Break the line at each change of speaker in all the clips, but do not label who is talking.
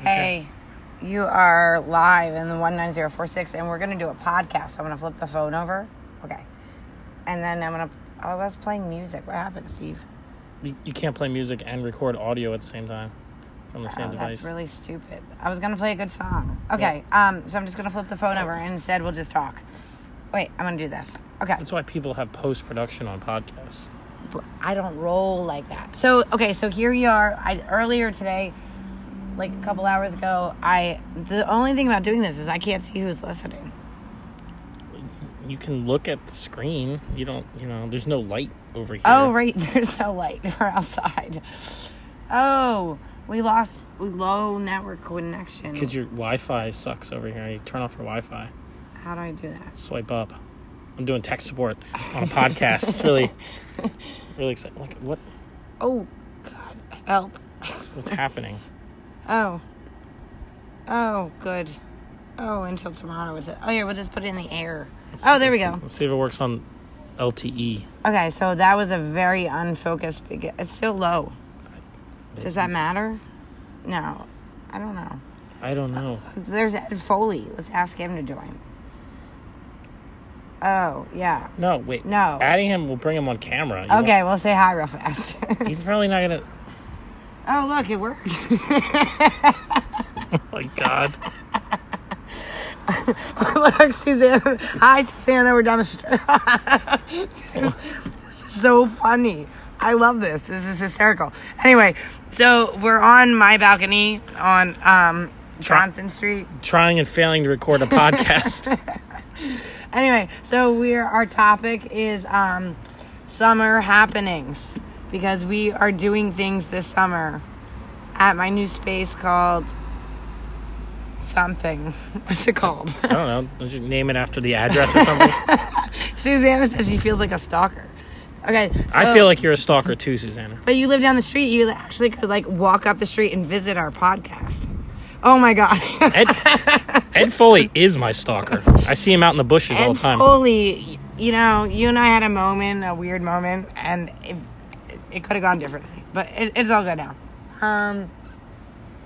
Hey, you are live in the 19046, and we're going to do a podcast. I'm going to flip the phone over. Okay. And then I'm going to. I was playing music. What happened, Steve?
You, you can't play music and record audio at the same time from the same
Oh,
device.
that's really stupid. I was going to play a good song. Okay. Um. So I'm just going to flip the phone over, and instead we'll just talk. Wait, I'm going to do this. Okay.
That's why people have post production on podcasts.
I don't roll like that. So okay, so here you are. I earlier today, like a couple hours ago, I the only thing about doing this is I can't see who's listening.
You can look at the screen. You don't, you know, there's no light over here.
Oh right, there's no light. We're outside. Oh, we lost low network connection.
Because your Wi Fi sucks over here. You turn off your Wi Fi.
How do I do that?
Swipe up. I'm doing tech support on a podcast. it's really, really exciting. Look, what,
Oh God, help!
what's, what's happening?
Oh, oh good. Oh, until tomorrow. It's oh yeah, we'll just put it in the air. Oh, there we go.
Let's see if it works on E. LTE.
Okay, so that was a very unfocused. Big, it's still low. Does that matter? No, I don't know.
I don't know.
There's Ed Foley. Let's ask him to join. Oh yeah.
No, wait.
No.
Adding him will bring him on camera. You won't-
Okay, we'll say hi real fast.
He's probably not gonna.
oh look, it worked.
Oh my God.
look, Susanna. Hi, Susanna. We're down the street. this is so funny. I love this. This is hysterical. Anyway, so we're on my balcony on um, Johnson Street.
Trying and failing to record a podcast.
Anyway, so we're our topic is um, summer happenings because we are doing things this summer at my new space called something. What's it called?
I don't know. Don't you name it after the address or something?
Susanna says she feels like a stalker. Okay,
I
so-
feel like you're a stalker too, Susanna.
But you live down the street. You actually could like walk up the street and visit our podcast. Oh my god!
Ed, Ed Foley is my stalker. I see him out in the bushes all
and
the time.
Foley, you know, you and I had a moment, a weird moment, and it, it could have gone differently, but it, it's all good now. Um,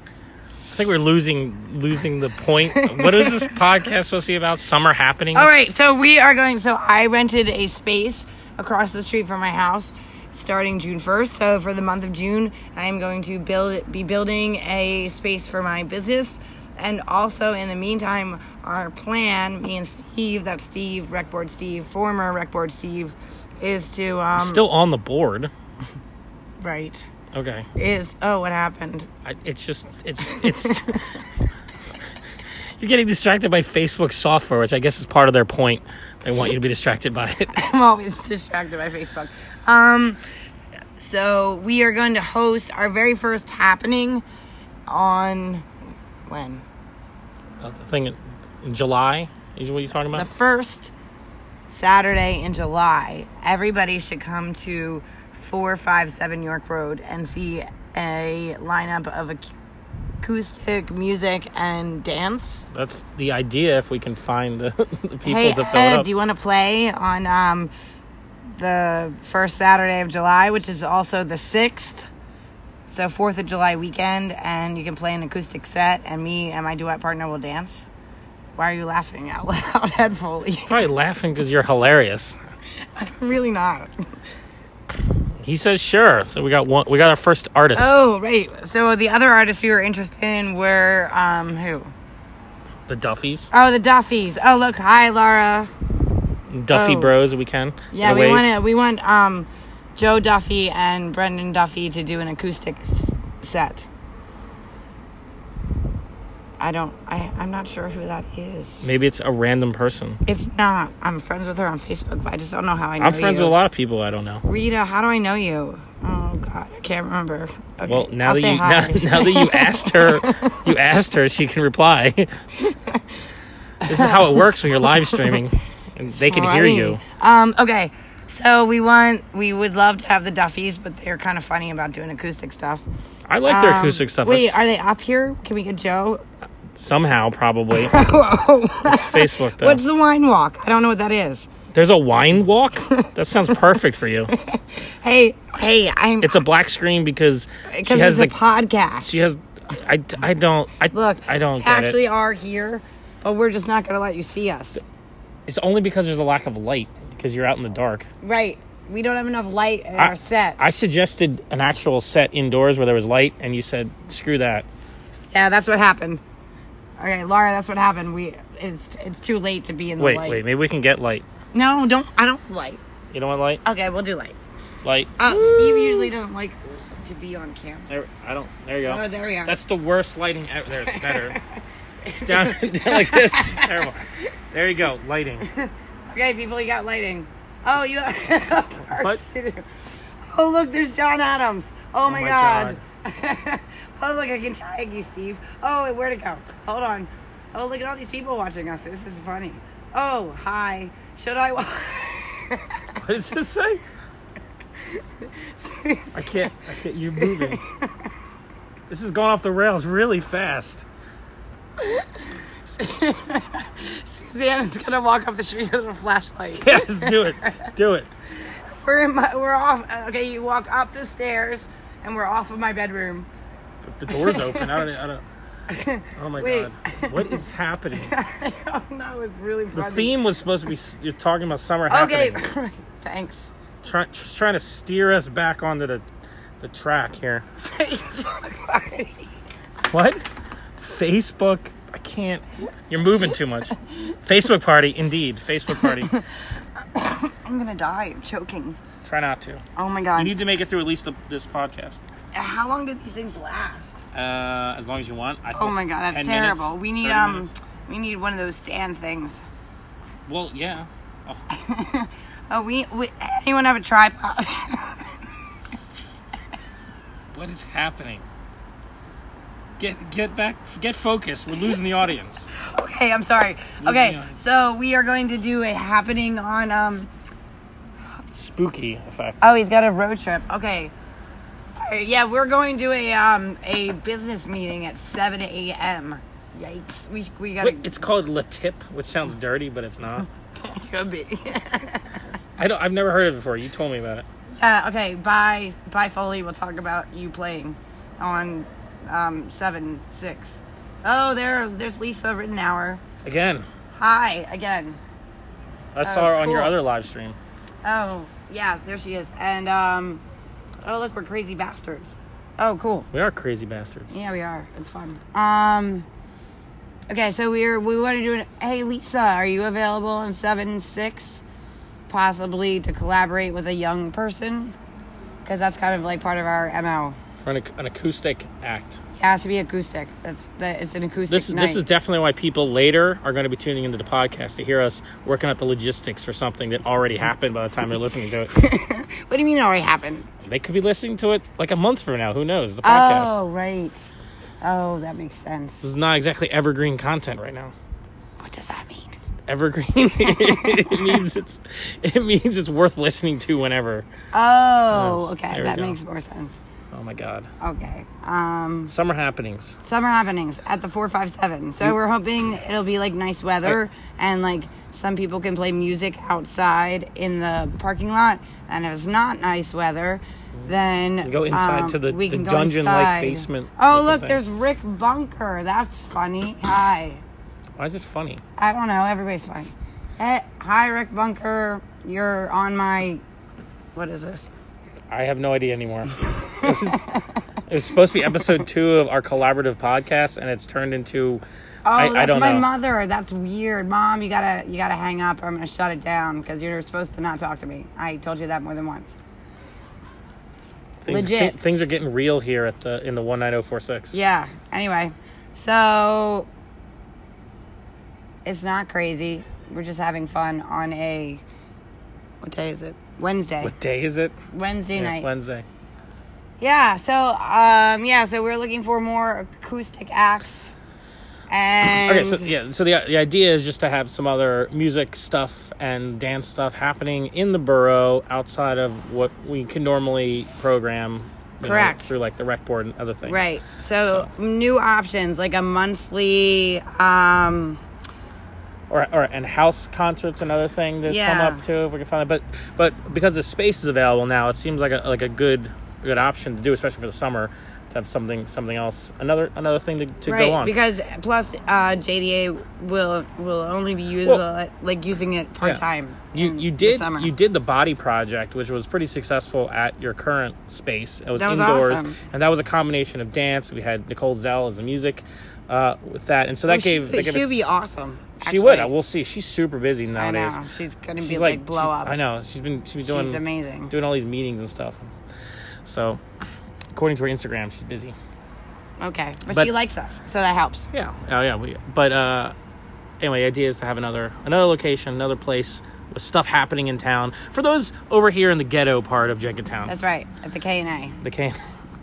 I think we're losing losing the point. What is this podcast supposed to be about? Summer happenings.
all right, so we are going. So I rented a space across the street from my house starting June 1st. So for the month of June, I am going to build be building a space for my business. And also in the meantime, our plan, me and Steve, that's Steve, Rec Board Steve, former Rec Board Steve, is to um
Still on the board.
right.
Okay.
Is oh what happened?
I, it's just it's it's. you're getting distracted by Facebook software, which I guess is part of their point. They want you to be distracted by it.
I'm always distracted by Facebook. Um, so we are going to host our very first happening on when
Uh, the thing in- in July is what you're talking
the
about.
first Saturday in July. Everybody should come to four five seven York Road and see a lineup of ac- acoustic music and dance.
That's the idea. If we can find the, the people
hey
to fill
Ed,
it up.
do you want to play on um, the first Saturday of July, which is also the sixth? So Fourth of July weekend, and you can play an acoustic set, and me and my duet partner will dance. Why are you laughing out loud, Ed Foley?
Probably laughing because you're hilarious.
I'm really not.
He says sure. So we got one. We got our first artist.
Oh, right. So the other artists we were interested in were um, who?
The Duffys,
Oh, the Duffys. Oh, look, hi, Laura.
Duffy
Oh.
Bros. if We can.
Yeah,
Get a
we
wave.
want to. We want um, Joe Duffy and Brendan Duffy to do an acoustic s- set. I don't. I I'm not sure who that is.
Maybe it's a random person.
It's not. I'm friends with her on Facebook, but I just don't know how I know
I'm friends
you.
with a lot of people I don't know.
Rita, how do I know you? Oh God, I can't remember. Okay,
Well, now
I'll
that
say
you
hi.
now, now that you asked her, you asked her, she can reply. this is how it works when you're live streaming, and they can hear
Funny.
you.
Um, okay, so we want we would love to have the Duffys, but they're kind of funny about doing acoustic stuff.
I like their
Um,
acoustic stuff.
Wait,
It's-
are they up here? Can we get Joe?
somehow probably it's Facebook though.
Oh, What's the wine walk? I don't know what that is.
There's a wine walk. That sounds perfect for you.
Hey, hey, I'm
It's a black screen because she
because
has
it's a
the
podcast.
she has I, I don't I
Look,
I don't get it.
actually are here, but we're just not gonna let you see us.
It's only because there's a lack of light because you're out in the dark.
Right. We don't have enough light in
I-
our set.
I suggested an actual set indoors where there was light, and you said, "Screw that."
yeah, that's what happened. Okay, Laura, that's what happened. We it's it's too late to be in the
Wait,
light.
wait. Maybe we can get light.
No, don't I don't light.
You don't want light?
Okay, we'll do light.
Light.
Uh, Steve usually doesn't like to be on camera.
There, I don't. There you go.
Oh, there we are.
That's the worst lighting ever. There, it's better. down, down like this. Terrible. There you go. Lighting.
Okay, people, you got lighting. Oh, you. Of course
What?
you do. Oh, look, there's John Adams. Oh, my,
my
God. oh, look, I can tag you, Steve. Oh, wait, where'd it go? Hold on. Oh, look at all these people watching us. This is funny. Oh, hi. Should I watch?
What does this say? I can't. I can't. You're moving. This is going off the rails really fast.
Susanna's gonna walk up the street with a flashlight.
Yes, do it. Do it.
We're in my. We're off. uh, Okay, you walk up the stairs, and we're off of my bedroom.
If the door's open, I don't. I don't. Oh my
Wait.
god. What is happening?
oh no, it's really
The
funny.
theme was suped to be. s- You're talking about summer
Okay.
happening.
Thanks.
Try, tr- trying to steer us back onto the, the track here.
Facebook party.
What? Facebook? I can't. You're moving too much. Facebook party, indeed. Facebook party.
I'm gonna die. I'm choking.
Try not to.
Oh my god.
You need to make it through at least the, this podcast.
How long do these things last?
Uh, as long as you want. I
Oh my god, that's
10
terrible.
minutes,
we need
30
um,
minutes.
we need one of those stand things.
Well, yeah.
Oh, we, we anyone have a tripod?
What is happening? Get get back. Get focused. We're losing the audience.
okay, I'm sorry. Okay,
on.
so we are going to do a happening on um.
Spooky effect.
Oh, he's got a road trip. Okay. All right, Yeah, we're going to a um a business meeting at seven a.m. Yikes! We we gotta
Wait, it's called La Tip, which sounds dirty, but it's not.
could be.
I don't. I've never heard of it before. You told me about it.
Uh, okay, bye, bye, Foley. We'll talk about you playing on um, seven six. Oh, there, there's Lisa Rittenauer.
Again,
Hi again.
I saw her on your
cool.
other live stream.
Oh, yeah, there she is. And um, oh look, we're crazy bastards. Oh, cool.
We are crazy bastards.
Yeah, we are. It's fun. Um, okay, so we're we want to do an. Hey, Lisa, are you available on seven six? Possibly to collaborate with a young person, because that's kind of like part of our mo.
For an, ac- an acoustic act.
It has to be acoustic. That's the, it's an acoustic
This is
night.
this is definitely why people later are going to be tuning into the podcast to hear us working out the logistics for something that already happened by the time they're listening to it.
what do you mean it already happened?
they could be listening to it like a month from now. Who knows? The podcast.
Oh right. Oh, that makes sense.
This is not exactly evergreen content right now.
What does that mean?
Evergreen it means it's it means it's worth listening to whenever.
Oh,
Yes,
okay.
there we
That
go.
makes more sense.
Oh my god.
Okay. Um,
Summer happenings.
summer happenings at the four five seven. So we're hoping it'll be like nice weather and like some people can play music outside in the parking lot. And if it's not nice weather, then um,
Go inside to the-
we
the
can go
dungeon-like
inside.
basement
Oh,
looking
look,
thing.
there's Rick Bunker. That's funny. Hi.
Why is it funny?
I don't know. Everybody's fine. Eh, hi, Rick Bunker. You're on my. What is this?
I have no idea anymore. it, was, it was supposed to be episode two of our collaborative podcast, and it's turned into
Oh,
I,
that's
I don't
my
know.
mother. That's weird, Mom. You gotta, you gotta hang up, or I'm gonna shut it down because you're supposed to not talk to me. I told you that more than once.
Things,
Legit.
thi- things are getting real here at the in the one nine zero four six.
Yeah. Anyway, so it's not crazy. We're just having fun on a. What day is it? Wednesday.
What day is it?
Wednesday
Yeah,
night.
it's Wednesday.
Yeah, so um yeah, so we're looking for more acoustic acts. And
Okay, so yeah, so the the idea is just to have some other music stuff and dance stuff happening in the borough outside of what we can normally program. you know,
Correct.
through like the rec board and other things.
right. So, new options like a monthly um
or, or and house concerts another thing that's
Yeah.
come up too if we can find it but but because the space is available now it seems like a like a good good option to do especially for the summer have something something else another another thing to, to
right,
go on.
because plus uh, JDA will will only be used
Well-
uh, like using it
Yeah.
part time.
You you did you did the body project, which was pretty successful at your current space. It was,
That was
indoors,
awesome.
and that was a combination of dance. We had Nicole Zell as the music uh, with that, and so that gave that
Oh, she,
gave
she
us-
would be awesome.
she would.
actually.
I will see. She's super busy
I
nowadays.
know she's gonna
She's
be like, blow
she's-
up.
I know she's been she's been doing
She's amazing.
doing all these meetings and stuff. So, according to her Instagram, she's busy.
Okay, but,
But-
she likes us, so that helps.
Yeah. Oh yeah. We, but uh, anyway, the idea is to have another another location, another place with stuff happening in town for those over here in the ghetto part of Jenkintown.
That's right. At the K and A.
the can.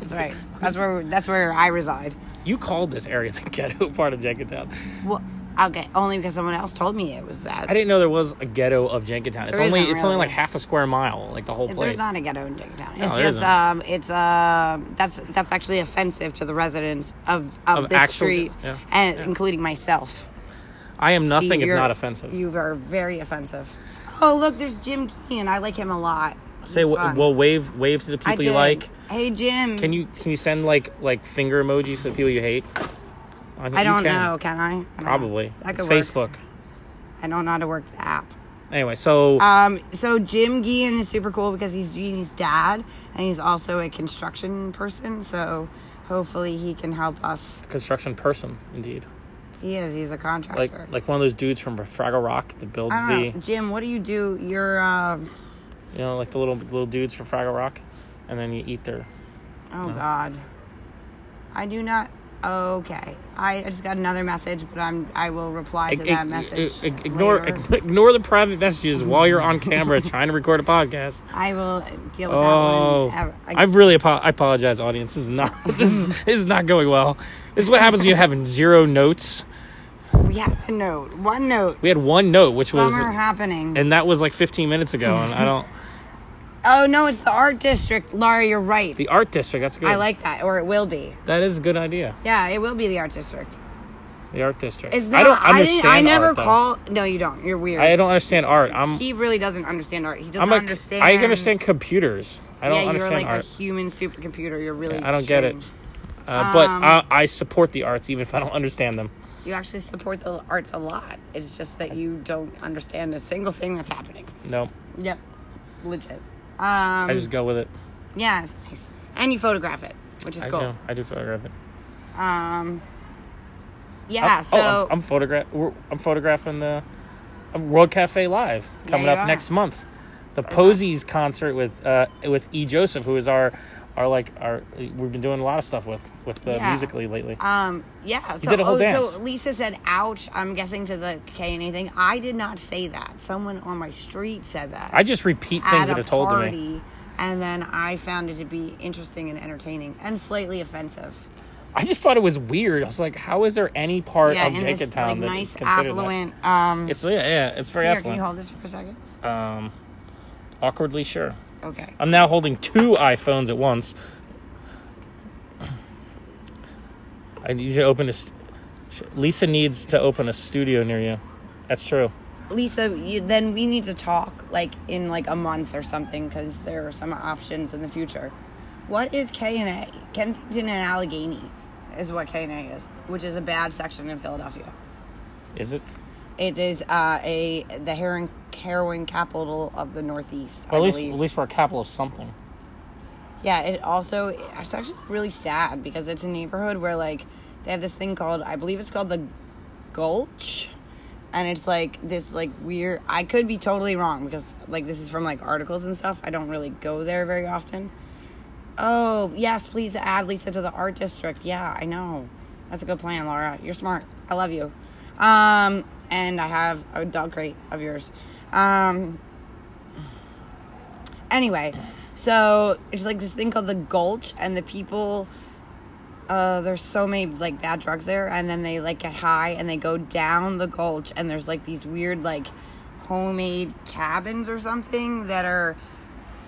That's right. That's where that's where I reside.
You called this area the ghetto part of Jenkintown.
Well, okay, only because someone else told me it was that.
I didn't know there was a ghetto of Jenkintown. It's
There
only
isn't
it's only
really.
like half a square mile, like the whole place.
There's not a ghetto in Jenkintown. It's
there
just
isn't.
um, it's uh, that's that's actually offensive to the residents of of,
Of
this
actual-
street,
yeah,
and
yeah.
including myself.
I am nothing
See,
if
you're-
not offensive.
You are very offensive. Oh look, there's Jim Keen. I like him a lot.
Say
He's
w-
fun.
well, wave wave to the
I
people you
did.
like.
Hey Jim.
Can you can you send like like finger emojis to the people you hate? I, think
I
you
don't
can.
know. Can I? I don't know.
Probably.
That
It's
could work.
Facebook.
I don't know how to work the app.
Anyway, so
Um, so Jim Gian is super cool because he's Jeannie's dad, and he's also a construction person. So hopefully he can help us.
construction person indeed.
He is. He's a
Like
contractor.
like one of those dudes from Fraggle Rock that builds
I
the
don't know. Jim, what do you do? You're. Um,
you know like the little little dudes from Fraggle Rock, and then you eat their
oh God. I do not. Okay. I I just got another message, but I'm. I will reply to
Ig-
that
ig-
message.
ig- ignore
later.
ignore the private messages while you're on camera trying to record a podcast.
I will deal with
Oh,
that one.
I really apo- I apologize, audience. This is not this is this is not going well. This is what happens when you have zero notes.
we had a note. One note.
We had one note, which was
Summer happening.
and that was like 15 minutes ago, and I don't.
oh no, it's the art district, Laura. You're right.
The art district. That's good.
I like that, or it will be.
that. Is a good idea.
Yeah, it will be the art district.
The art district.
It's not.
I
I
don't
didn't,
understand.
I never
art, though.
call. No, you don't. You're weird.
I don't understand art. I'm.
He really doesn't understand art. He doesn't
I'm a,
understand.
I understand computers. I don't
yeah,
understand
you're like
art.
a human supercomputer. You're really.
Yeah, I don't get it.
strange.
uh, but
Um,
I, I support the arts even if I don't understand them.
You actually support the arts a lot. It's just that you don't understand a single thing that's happening.
No,
Yep, legit.
I
Um,
just go with it.
yeah, it's nice. And you photograph it, which is
I
cool.
do. I do photograph it.
Um, yeah.
I'm,
so
oh, I'm, I'm photograph. we're- I'm photographing the um, World Cafe Live coming
you
up
are.
next month. The Posies concert with uh, with E Joseph, who is our our like our we've been doing a lot of stuff with with uh,
Yeah.
musically lately.
Um, yeah. So,
did a whole
oh,
dance.
so Lisa said, ouch, I'm guessing to the K and anything. I did not say that. Someone on my street said that.
I just repeat things that are told to me.
And then I found it to be interesting and entertaining and slightly offensive.
I just thought it was weird. I was like, how is there any part
yeah,
of
in this
Jenkintown
like
that is
nice
considered that?
affluent um
It's yeah, yeah, it's very
here, can you
affluent.
hold this for a second?
Um, awkwardly sure.
Okay.
I'm now holding two iPhones at once. I need you to open a. s- sh- Lisa needs to open a studio near you. That's true.
Lisa, you, then we need to talk like in like a month or something because there are some options in the future. What is K and A? Kensington and Allegheny is what K and A is, which is a bad section in Philadelphia.
Is it?
It is uh, a the heroin heroin capital of the Northeast. I
Well, at least,
believe.
at least we're a capital of something.
Yeah, it also it's actually really sad because it's a neighborhood where like they have this thing called I believe it's called the Gulch, and it's like this like weird. I could be totally wrong because like this is from like articles and stuff. I don't really go there very often. Oh yes, please add Lisa to the art district. Yeah, I know. That's a good plan, Laura. You're smart. I love you. Um, and I have a dog crate of yours. Um, anyway, so it's like this thing called the Gulch, and the people. Uh, there's so many like bad drugs there, and then they like get high and they go down the gulch, and there's like these weird like homemade cabins or something that are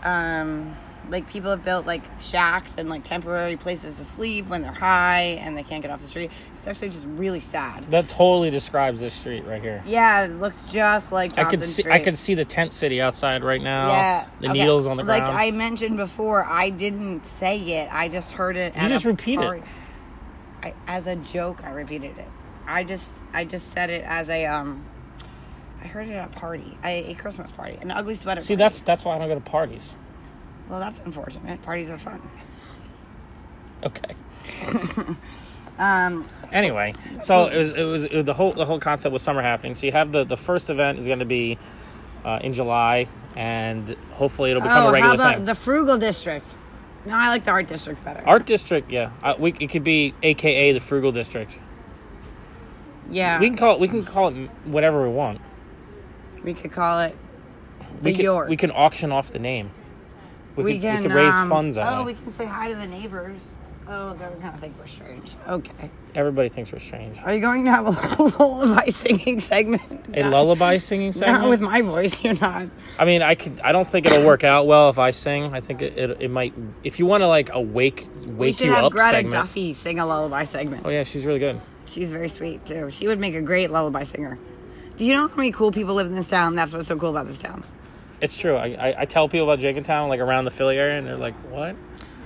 um like people have built like shacks and like temporary places to sleep when they're high and they can't get off the street. It's actually just really sad.
That totally describes this street right here.
Yeah, it looks just like
I
Johnson
can see
Street.
I can see the tent city outside right now.
Yeah.
The
okay.
needles on the
like
ground.
I mentioned before, I didn't say it. I just heard it.
You
at
just
a
repeat it.
party. I, as a joke, I repeated it. I just, I just said it as a um. I heard it at a party, a, a Christmas party, an ugly sweater.
see
party.
that's that's why I don't go to parties.
well, that's unfortunate. Parties are fun.
Okay.
Um,
Anyway, so it was, it was it was the whole the whole concept was summer happening. So you have the the first event is going to be uh, in July, and hopefully it'll become
oh,
a regular
how about
thing.
the Frugal District? No, I like the Art District better.
Art district, yeah, uh, we, it could be AKA the Frugal District.
yeah,
We can call it we can call it whatever we want.
we could call it the
We can,
York.
we can auction off the name. We,
We
could-
can,
we can raise
um,
funds out.
Oh,
of
we
it.
can say hi to the neighbors. Oh, they're gonna think we're strange. Okay.
Everybody thinks we're strange.
Are you going to have a lullaby singing segment?
A lullaby singing segment.
Not with my voice, you're not.
I mean, I could. I don't think it'll work out well if I sing. I think it. It, it might. If you want to like awake,
We
wake
should
you
have
up.
Greta
segment.
Duffy sing a lullaby segment.
Oh yeah, she's really good.
She's very sweet too. She would make a great lullaby singer. Do you know how many cool people live in this town? That's what's so cool about this town.
It's true. I, I, I tell people about Jenkintown like around the Philly area, and they're like, "What?"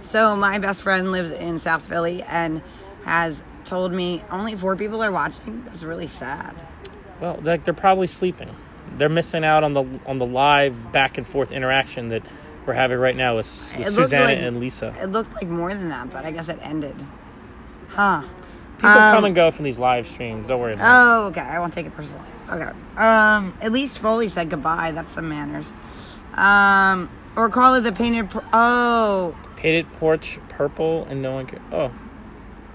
So my best friend lives in South Philly and has told me only four people are watching. That's really sad.
Well, like they're probably sleeping. They're missing out on the on the live back and forth interaction that we're having right now with, with
It looked
Susanna
like-
and Lisa.
It looked like more than that, but I guess it ended. Huh.
People
um,
come and go from these live streams. Don't worry. About
Oh, okay. I won't take it personally. Okay. Um, at least Foley said goodbye. That's some manners. Um, or call it the painted. Pr- oh, oh.
it. Painted porch purple, and no one cares. Oh,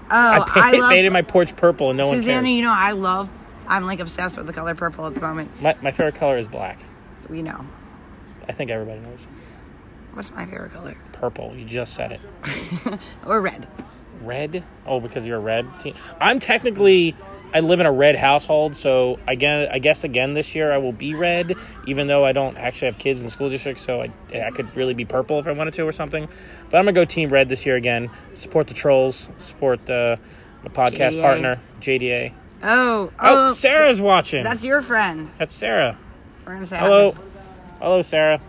I,
I painted,
love
painted my porch purple, and no
Susanna.
one cares.
You know, I love. I'm like obsessed with the color purple at the moment.
My, my favorite color is black.
You know,
I think everybody knows.
what's my favorite color?
Purple. You just said it.
Or red.
Red? Oh, because you're a red team. I'm technically I live in a red household, so again, I guess again this year I will be red, even though I don't actually have kids in the school district, so I I could really be purple if I wanted to or something. But I'm gonna go team red this year again. Support the trolls. Support the my podcast
JDA.
partner JDA.
Oh,
Oh,
oh,
Sarah's watching.
that's your friend.
That's Sarah.
We're gonna say hi.
Hello, hello, Sarah.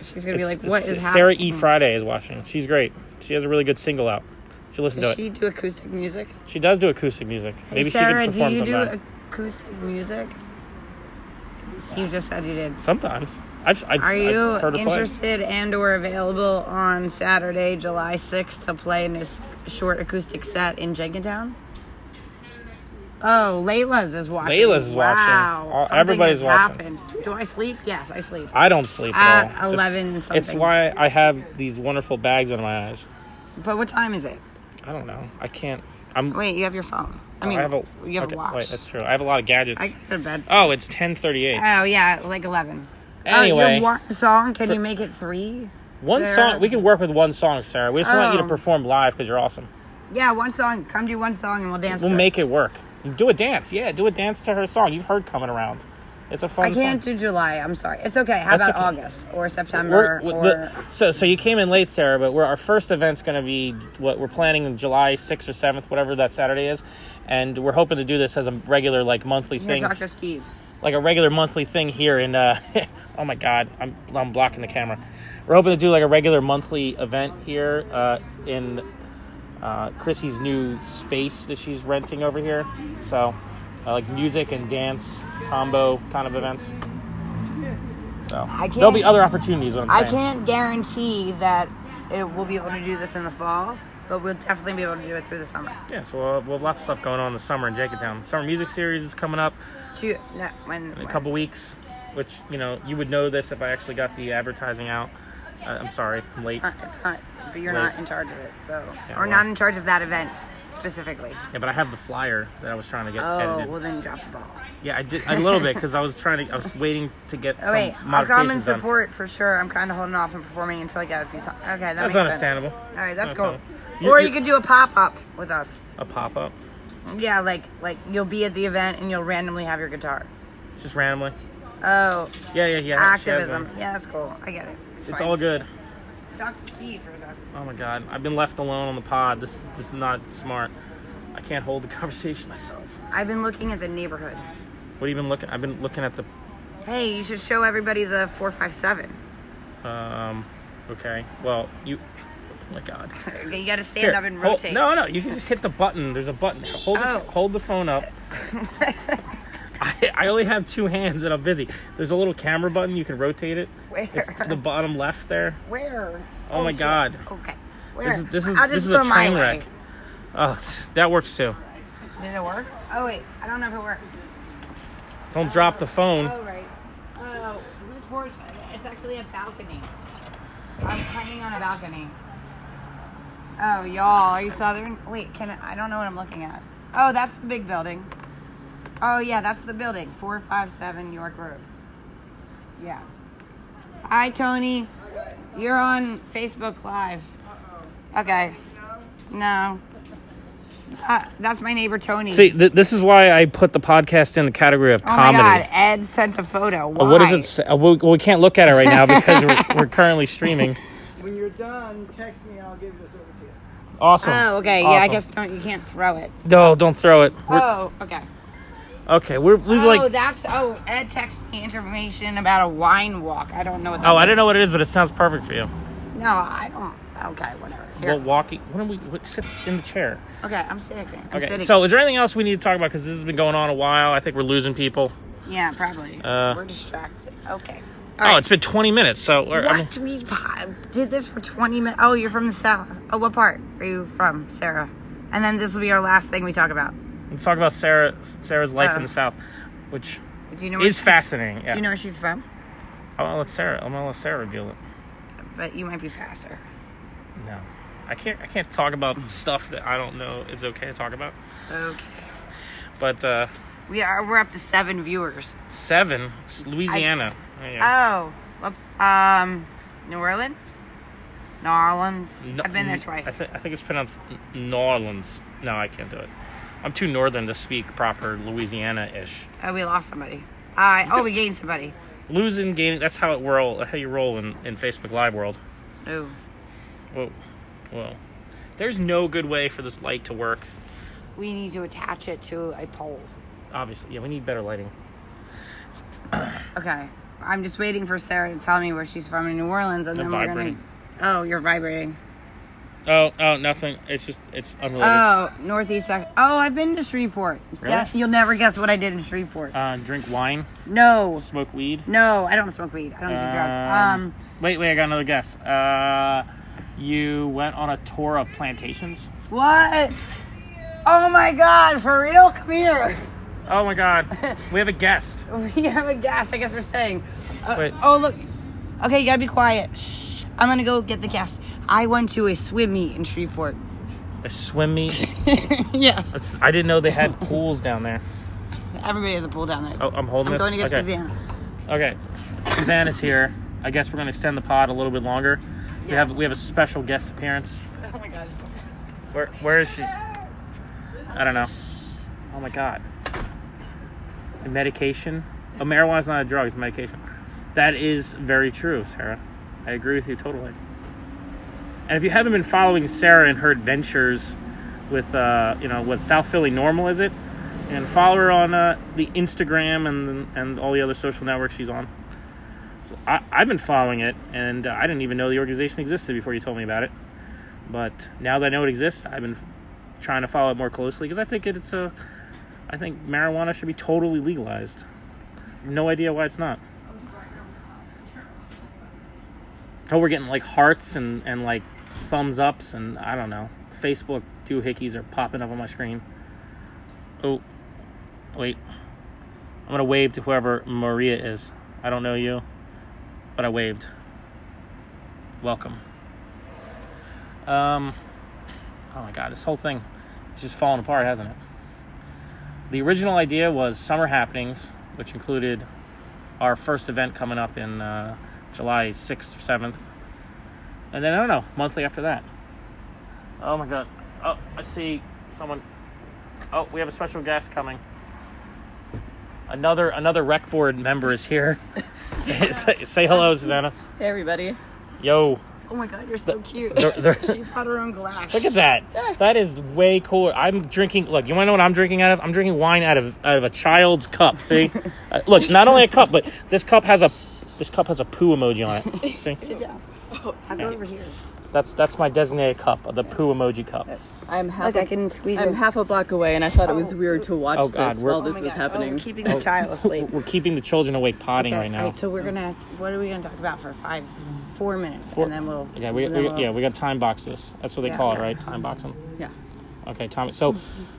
She's gonna be
It's-
like, what
it's
is
Sarah
happening?
E. Friday is watching. She's great. She has a really good single out. She listen to
Does
it.
she do acoustic music?
She does do acoustic music. Maybe
Sarah,
she could perform
do you do
sometime.
acoustic music? You just said you did.
Sometimes. I've, I've,
Are
I've
you
heard her play.
interested and or available on Saturday, July 6th to play in this short acoustic set in Jenkintown? Oh, Layla's is watching.
Layla's is watching.
Wow.
All-
something
everybody's
has
watching.
Happened. Do I sleep? Yes, I sleep.
I don't sleep
At
at all.
11
it's, It's
something.
why I have these wonderful bags under my eyes.
But what time is it?
I don't know. I can't. I'm.
Wait, you have your phone. I
Oh, I
mean,
have a.
you have
okay,
a watch.
Wait, that's true. I have a lot of gadgets.
I got to bed. soon.
oh, it's 10:38.
Oh, yeah, like 11. Uh,
anyway,
your one song, can
for-
you make it three?
one
Sarah-
song. We can work with one song, Sarah. We just want you to
Oh.
perform live because you're awesome.
Yeah, one song. Come do one song and we'll dance.
We'll
to it.
make it work. Do a dance. Yeah, do a dance to her song. You've heard coming around. It's a fun.
I can't
song.
do July. I'm sorry. It's okay. How
That's
about
okay.
August or September
We're- w-
or
the- so so you came in late, Sarah, but we're, our first event's going to be what we're planning in July sixth or seventh, whatever that Saturday is, and we're hoping to do this as a regular like monthly
here,
thing,
talk to Steve.
like a regular monthly thing here in. Uh, oh my God, I'm I'm blocking the camera. We're hoping to do like a regular monthly event here uh, in uh, Chrissy's new space that she's renting over here. So uh, like music and dance combo kind of events. So
I
there'll be
can't-
other opportunities. What I'm
I
saying.
can't guarantee that it, we'll be able to do this in the fall, but we'll definitely be able to do it through the summer.
Yeah, so we'll have, we'll have lots of stuff going on this summer in Jenkintown. Summer music series is coming up
Two, no, when,
in a couple weeks, which you know you would know this if I actually got the advertising out. Uh, I'm sorry, I'm late.
It's not, it's not, but you're
Wait.
not in charge of it, so
Yeah,
or
well.
not in charge of that event specifically.
Yeah, but I have the flyer that I was trying to get
Oh,
edited.
well then you drop the ball.
Yeah, I did a little bit because I was trying to. I was waiting to get
Oh
some
wait, I'll come and
modifications done.
support for sure. I'm kind of holding off on performing until I get a few songs. Okay, that
That's
makes
understandable.
sense. All right, that's
Okay.
cool.
You-
or
you-
you could do a pop up with us.
A pop up,
Yeah, like like you'll be at the event and you'll randomly have your guitar.
just randomly.
Oh,
Yeah, yeah, yeah. she has
activism.
one.
Yeah, that's cool. I get it.
It's
fine.
all good.
Dr. Steve for a second.
Oh my god, I've been left alone on the pod. This this is not smart. I can't hold the conversation myself.
I've been looking at the neighborhood.
What have you been looking? I've been looking at the.
Hey, you should show everybody the 457.
Um, okay. Well, you. Oh my god.
You gotta stand
Here,
up and
hold-
rotate.
no, no. You can just hit the button. There's a button. Hold
Oh.
the, hold the phone up. I, I only have two hands and I'm busy. There's a little camera button. You can rotate it.
Where?
It's the bottom left there.
Where?
Oh my
shit.
God.
Okay. Where?
This is this is
I'll
this
just
is a
go my
train
way.
wreck. Oh, that works too.
Did it work? Oh wait, I don't know if it worked.
Don't drop the phone.
Oh right. Oh, whose porch? It's actually a balcony. I'm hanging on a balcony. Oh y'all, are you southern? Wait, can I, I don't know what I'm looking at. Oh, that's the big building. Oh yeah, that's the building. Four five seven York Road. Yeah. Hi Tony, you're on Facebook Live. Okay. No. Uh, that's my neighbor Tony.
See, th- this is why I put the podcast in the category of
Oh
comedy.
my God! Ed sent a photo. Why?
Uh, What does it say? Uh, we, we can't look at it right now because we're, we're currently streaming.
When you're done, text me and I'll give this over to you.
Awesome.
Oh, okay. Yeah, I
Awesome.
guess don't you can't throw it.
No, don't throw it. We're-
Oh, okay.
okay, we're, we're
Oh,
like.
that's oh. Ed texted me information about a wine walk. I don't know what. That
Oh, I don't know what it is, but it sounds perfect for you.
means. No, I don't. Okay, whatever. Here.
Well, walking. What do we? What, sit in the chair.
okay, I'm sitting. I'm
Okay.
sitting.
So, is there anything else we need to talk about? Because this has been going on a while. I think we're losing people.
yeah, probably.
Uh,
We're distracted. Okay.
oh,
All right.
it's been 20 minutes. So, we're, I mean-
What we po- did this for 20 minutes. Oh, you're from the south. Oh, what part are you from, Sarah? And then this will be our last thing we talk about.
let's talk about Sarah Sarah's life
Uh.
in the South, which
Do you know?
is
she's-
fascinating. Yeah.
Do you know where she's from?
I'm gonna let Sarah. I'm gonna let Sarah reveal it.
But you might be faster.
No, I can't. I can't talk about
Mm.
stuff that I don't know. It's okay to talk about,
Okay.
but uh,
We are. We're up to seven viewers.
seven s- Louisiana. There you go.
Oh, well, um, New Orleans, New Orleans.
No-
I've been there twice.
I, thi- I think it's pronounced N- New Orleans. No, I can't do it. I'm too northern to speak proper Louisiana-ish.
oh, we lost somebody. I oh, we gained somebody.
Losing, gaining. That's how it roll. That's How you roll in, in Facebook Live world.
Oh,
Whoa, whoa. There's no good way for this light to work.
we need to attach it to a pole.
Obviously, yeah. We need better lighting.
Okay, I'm just waiting for Sarah to tell me where she's from in New Orleans, and
I'm
then we're
vibrating.
gonna. Oh, you're vibrating.
Oh, oh, nothing. It's just it's unrelated.
Oh, northeast section. Oh, I've been to Shreveport.
Really?
Yeah, you'll never guess what I did in Shreveport.
uh, drink wine,
no,
smoke weed.
no, I don't smoke weed. I don't do
Uh.
drugs. Um,
wait, wait, I got another guess. Uh, you went on a tour of plantations.
what? Oh my God! For real? Come here.
Oh my God, we have a guest.
We have a guest. I guess we're staying. Uh,
Wait.
Oh look. Okay, you gotta be quiet. Shh. I'm gonna go get the guest. I went to a swim meet in Shreveport.
A swim meet.
yes.
It's- I didn't know they had pools down there.
Everybody has a pool down there.
Oh, I'm holding
I'm
this.
going to get
okay.
Suzanne.
Okay, Susanna's here. I guess we're gonna extend the pod a little bit longer. We have
Yes.
we have a special guest appearance.
Oh my gosh.
Where where is she? I don't know. Oh my god. And medication. Oh, marijuana's not a drug; it's medication. That is very true, Sarah. I agree with you totally. And if you haven't been following Sarah and her adventures with, uh, you know, what South Philly Normal is it, and follow her on uh, the Instagram and and all the other social networks she's on. So I, I've been following it, and uh, I didn't even know the organization existed before you told me about it. But now that I know it exists, I've been trying to follow it more closely because I think it's a, I think marijuana should be totally legalized. No idea why it's not. Oh, we're getting like hearts and and like thumbs ups and I don't know. Facebook doohickeys are popping up on my screen. Oh, wait. I'm gonna wave to whoever Maria is. I don't know you, but I waved. Welcome. Um, oh my god, this whole thing is just falling apart, hasn't it? The original idea was summer happenings, which included our first event coming up in uh, July 6th or 7th, and then I don't know, monthly after that. Oh my god. Oh, I see someone. Oh, we have a special guest coming. Another another rec board member is here. say, say hello, Susanna.
Hey everybody.
Yo,
Oh my god, you're so cute.
they're- they're-
she brought her own glass.
Look at that. That is way cool. I'm drinking. Look, you want to know what I'm drinking out of? I'm drinking wine out of out of a child's cup. See, uh, look, not only a cup, but this cup has a this cup has a poo emoji on it. See,
I'm over here.
that's that's my designated cup, the poo emoji cup.
I'm half.
Look, I can squeeze
I'm
it.
half a block away, and I thought it was weird to watch
Oh, God,
this
we're-
while
Oh
this was happening.
keeping the child asleep.
We're keeping the children awake potting Oh. right now.
Alright, so we're gonna. Have to, what are we gonna talk about for five, four minutes, and then we'll.
Okay, we,
and then
we,
we'll-
yeah, we got time box this. That's what they
Yeah,
call it,
okay.
right? Time boxing.
yeah,
Okay, time. So,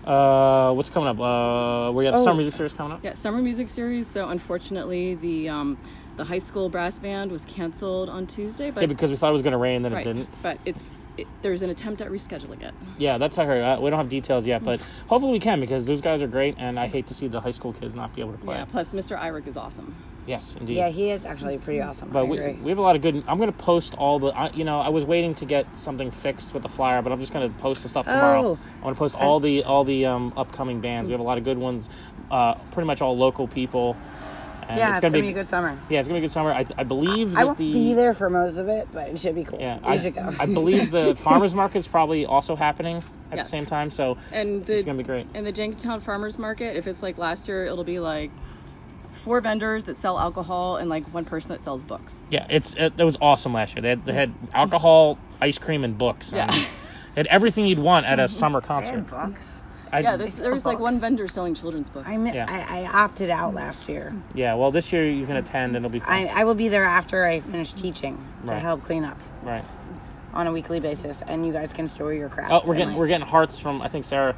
uh, what's coming up? Uh, we got the
Mm-hmm. Oh.
summer music series coming up.
yeah. Summer music series. So unfortunately, the um, the high school brass band was canceled on Tuesday, but
Yeah, because we thought it was going to rain, then
right,
it didn't.
but it's it, there's an attempt at rescheduling it.
Yeah, that's how I heard. Uh, we don't have details yet, but hopefully we can because those guys are great, and I hate to see the high school kids not be able to play.
Yeah. Plus, Mr. Irick is awesome.
Yes, indeed.
Yeah, he is actually pretty awesome. I
but we,
agree.
we have a lot of good. I'm going to post all the. I, you know, I was waiting to get something fixed with the flyer, but I'm just going to post the stuff tomorrow.
Oh.
I want to post all the all the um, upcoming bands. We have a lot of good ones. Uh, pretty much all local people. And
yeah, it's gonna,
gonna
be, a good summer.
Yeah, it's gonna be a good summer. I, I believe
I
that
won't
the
be there for most of it, but it should be cool.
Yeah,
we
I,
should go.
I believe the farmers market's probably also happening at
Yes.
the same time. So
And the
it's gonna be great.
And the Jenkintown Farmers Market, if it's like last year, it'll be like four vendors that sell alcohol and like one person that sells books.
Yeah, it's it, that was awesome last year. They had, they had alcohol, ice cream, and books.
Yeah.
and they had everything you'd want at a
Mhm.
summer
I
concert.
had books.
I,
Yeah, this, there was like one
books.
vendor selling children's books.
I'm,
Yeah.
I, I opted out last year.
yeah. Well, this year you can attend and it'll be
I,
fun.
I will be there after I finish teaching to
Right.
help clean up
right.
on a weekly basis, and you guys can store your crap.
Oh, we're getting we're getting hearts from I think Sarah.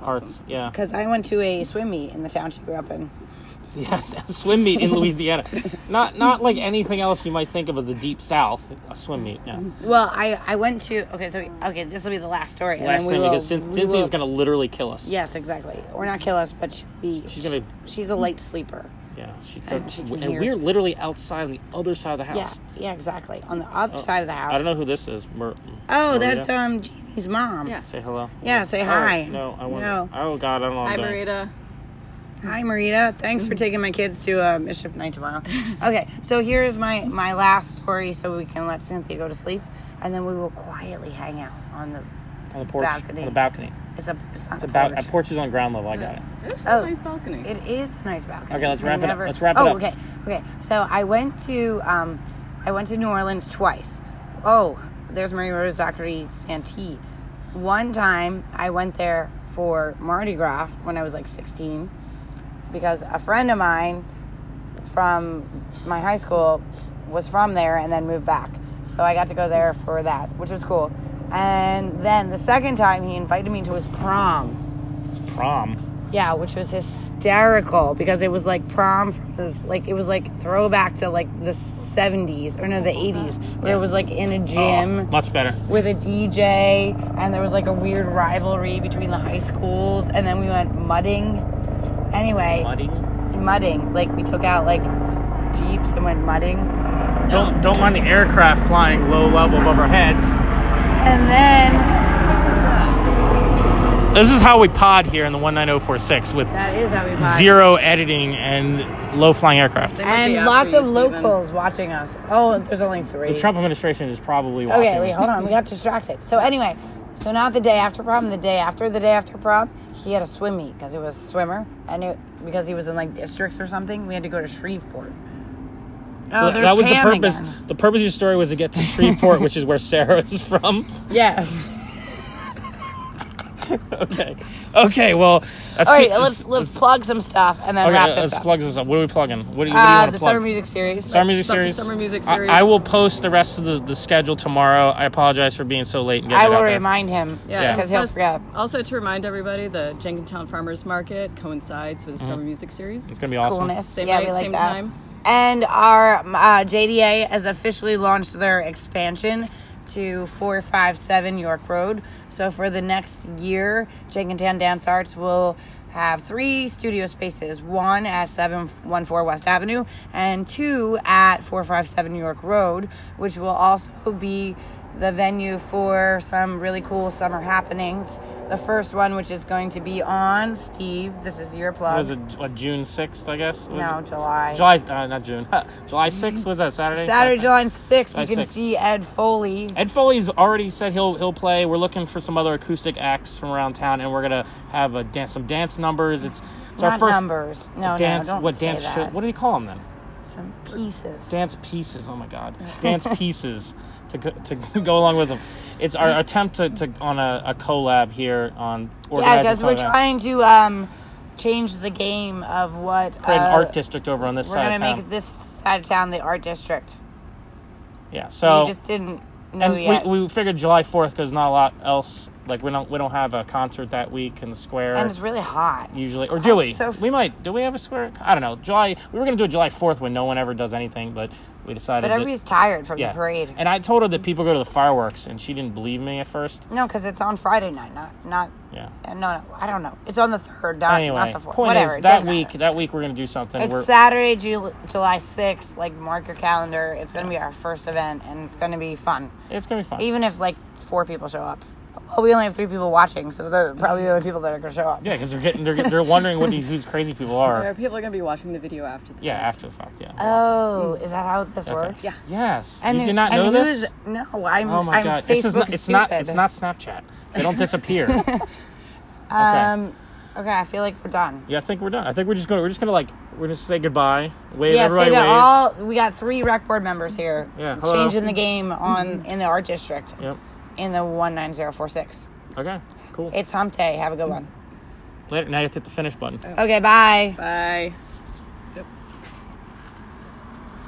Hearts, yeah.
Because I went to a swim meet in the town she grew up in.
Yes, a swim meet in Louisiana. not not like anything else you might think of as the deep south. A swim meet, yeah.
Well, I, I went to okay, so okay, this will be the last story. and
Last
then we
thing
will-
because Cyn-
we
Cynthia's
will-
gonna literally kill us.
Yes, exactly. Or not kill us, but she'll be,
She's gonna-
she's a light sleeper.
Yeah, she,
And she can
and
hear-
we're literally outside on the other side of the house.
Yeah, yeah, exactly. On the other side of the house.
Oh, I don't know who this is. Mer-
Oh,
Maria?
that's um Jamie's mom.
Yeah.
Say hello.
Yeah, say
Oh,
hi.
No, I want.
No.
Oh God, I don't know. what
Hi,
I'm doing.
Marita.
Hi, Marita. Thanks for taking my kids to uh, mischief night tomorrow. Okay, so here's my my last story, so we can let Cynthia go to sleep, and then we will quietly hang out on the.
On the porch.
Balcony.
On the balcony.
It's a. It's, not
It's
a
about.
porch.
A porch is on ground level. I got it.
This is
Oh.
a nice balcony.
It is a nice balcony.
Okay, let's
I
wrap it up. Let's wrap it
oh,
up.
Okay, okay. So I went to um, I went to New Orleans twice. Oh, there's Marie Rose Dockery Santee. One time I went there for Mardi Gras when I was like 16, because a friend of mine from my high school was from there and then moved back. So I got to go there for that, which was cool. And then the second time he invited me to his prom.
It's prom.
Yeah, which was hysterical because it was like prom, from the, like it was like throwback to like the seventies or no, the eighties, where it was like in a
Oh,
gym
much better.
with a DJ, and there was like a weird rivalry between the high schools, and then we went mudding. Anyway,
Mudding.
mudding, like we took out like jeeps and went mudding.
Don't don't mind the aircraft flying low level above our heads.
And then
This is how we pod here in the 19046 with
that is how we vibe.
zero editing and low flying aircraft.
They might be
and
after
lots
you,
of
Steven.
locals watching us. Oh, there's only three.
The Trump administration is probably watching.
Okay, wait, hold on. We got distracted. So anyway, so not the day after prom, the day after the day after prom, he had a swim meet because he was a swimmer, and it, because he was in like districts or something, we had to go to Shreveport.
So
Oh, there's
that was
Pam
the purpose.
again.
The purpose of your story was to get to Shreveport, which is where Sarah is from.
Yes.
Okay. Okay. Well, that's
All right, let's let's plug some stuff and then
okay,
wrap
let's
this up.
plug this up. What are we plugging? What do you, what do you
uh,
want
the
to plug?
summer music series.
Summer music
Summer-
series.
summer music
I-
series.
I, will post the rest of the, the schedule tomorrow. I apologize for being so late and getting
I
it out
will
there.
remind him
Yeah.
because he'll
Plus,
forget.
Also, to remind everybody, the Jenkintown Farmers Market coincides with the Summer Music Series.
Mm-hmm. It's gonna be awesome.
coolness.
Same
yeah,
night,
we like
same
that.
time.
And our um, uh, JDA has officially launched their expansion to 457 York Road. So for the next year, Jenkintown Dance Arts will have three studio spaces one at 714 West Avenue and two at 457 York Road, which will also be the venue for some really cool summer happenings The first one, which is going to be on Steve. This is your plug.
was it what, June 6th, I guess? Was
No,
it-
July.
July, uh, not June. July 6th, was that Saturday?
Saturday, July 6th, you
July
can
6th.
see Ed Foley.
Ed Foley's already said he'll he'll play. We're looking for some other acoustic acts from around town, and we're gonna have a dance, some dance numbers. It's it's our
Not
first
numbers. No,
dance.
no, don't
what
say
dance?
that.
Show, what do you call them then?
Some pieces.
Dance pieces. Oh my God, dance pieces to go, to go along with them. It's our attempt to, to on a, a collab here on
yeah,
organizing
because
some
we're
events.
trying to um, change the game of what.
create an
uh,
art district over on this
We're
side
gonna
of town.
make this side of town the art district.
yeah, so
we just didn't know
and
yet.
we, we figured July fourth because not a lot else. Like we don't we don't have a concert that week in the square.
and it's really hot.
usually or do we
so-
we might do we have a square i don't know july we were going to do it july 4th when no one ever does anything but we decided
But
that-
everybody's tired from
yeah
the parade.
and i told her that people go to the fireworks and she didn't believe me at first
No, because it's on Friday night, not not.
yeah
No, no, I don't know. It's on the third, not,
anyway
not the fourth.
point
Whatever. it
is that
doesn't matter.
week that week we're going to do something
It's
we're,
Saturday, Ju- July 6th. Like, mark your calendar. It's going to be our first event, and it's going to be fun.
it's going to be fun
Even if, like, four people show up. Well, we only have three people watching, so they're probably the only people that are going to show up.
yeah because they're getting they're, get- they're wondering what these who's crazy people
There are
are
people are gonna be watching the video after the
yeah after the fact yeah
Oh, is that how this works?
Yeah.
yes
And
you did not
and
know
who's-
this
No, I'm,
oh my
I'm
god
Facebook
this is not it's not
stupid.
it's not snapchat they don't disappear okay
Um, okay, I feel like we're done.
Yeah, I think we're done. I think we're just gonna we're just gonna like we're just say goodbye. Wave
yeah,
everybody
say to
wave.
all we got three rec board members here.
Yeah, hello.
changing the game on in the art district
Yep.
in the one nine zero four six.
Okay. Cool. Mm.
It's hump day. Have a good one.
Later. Now you have to hit the finish button.
Okay, bye.
Bye.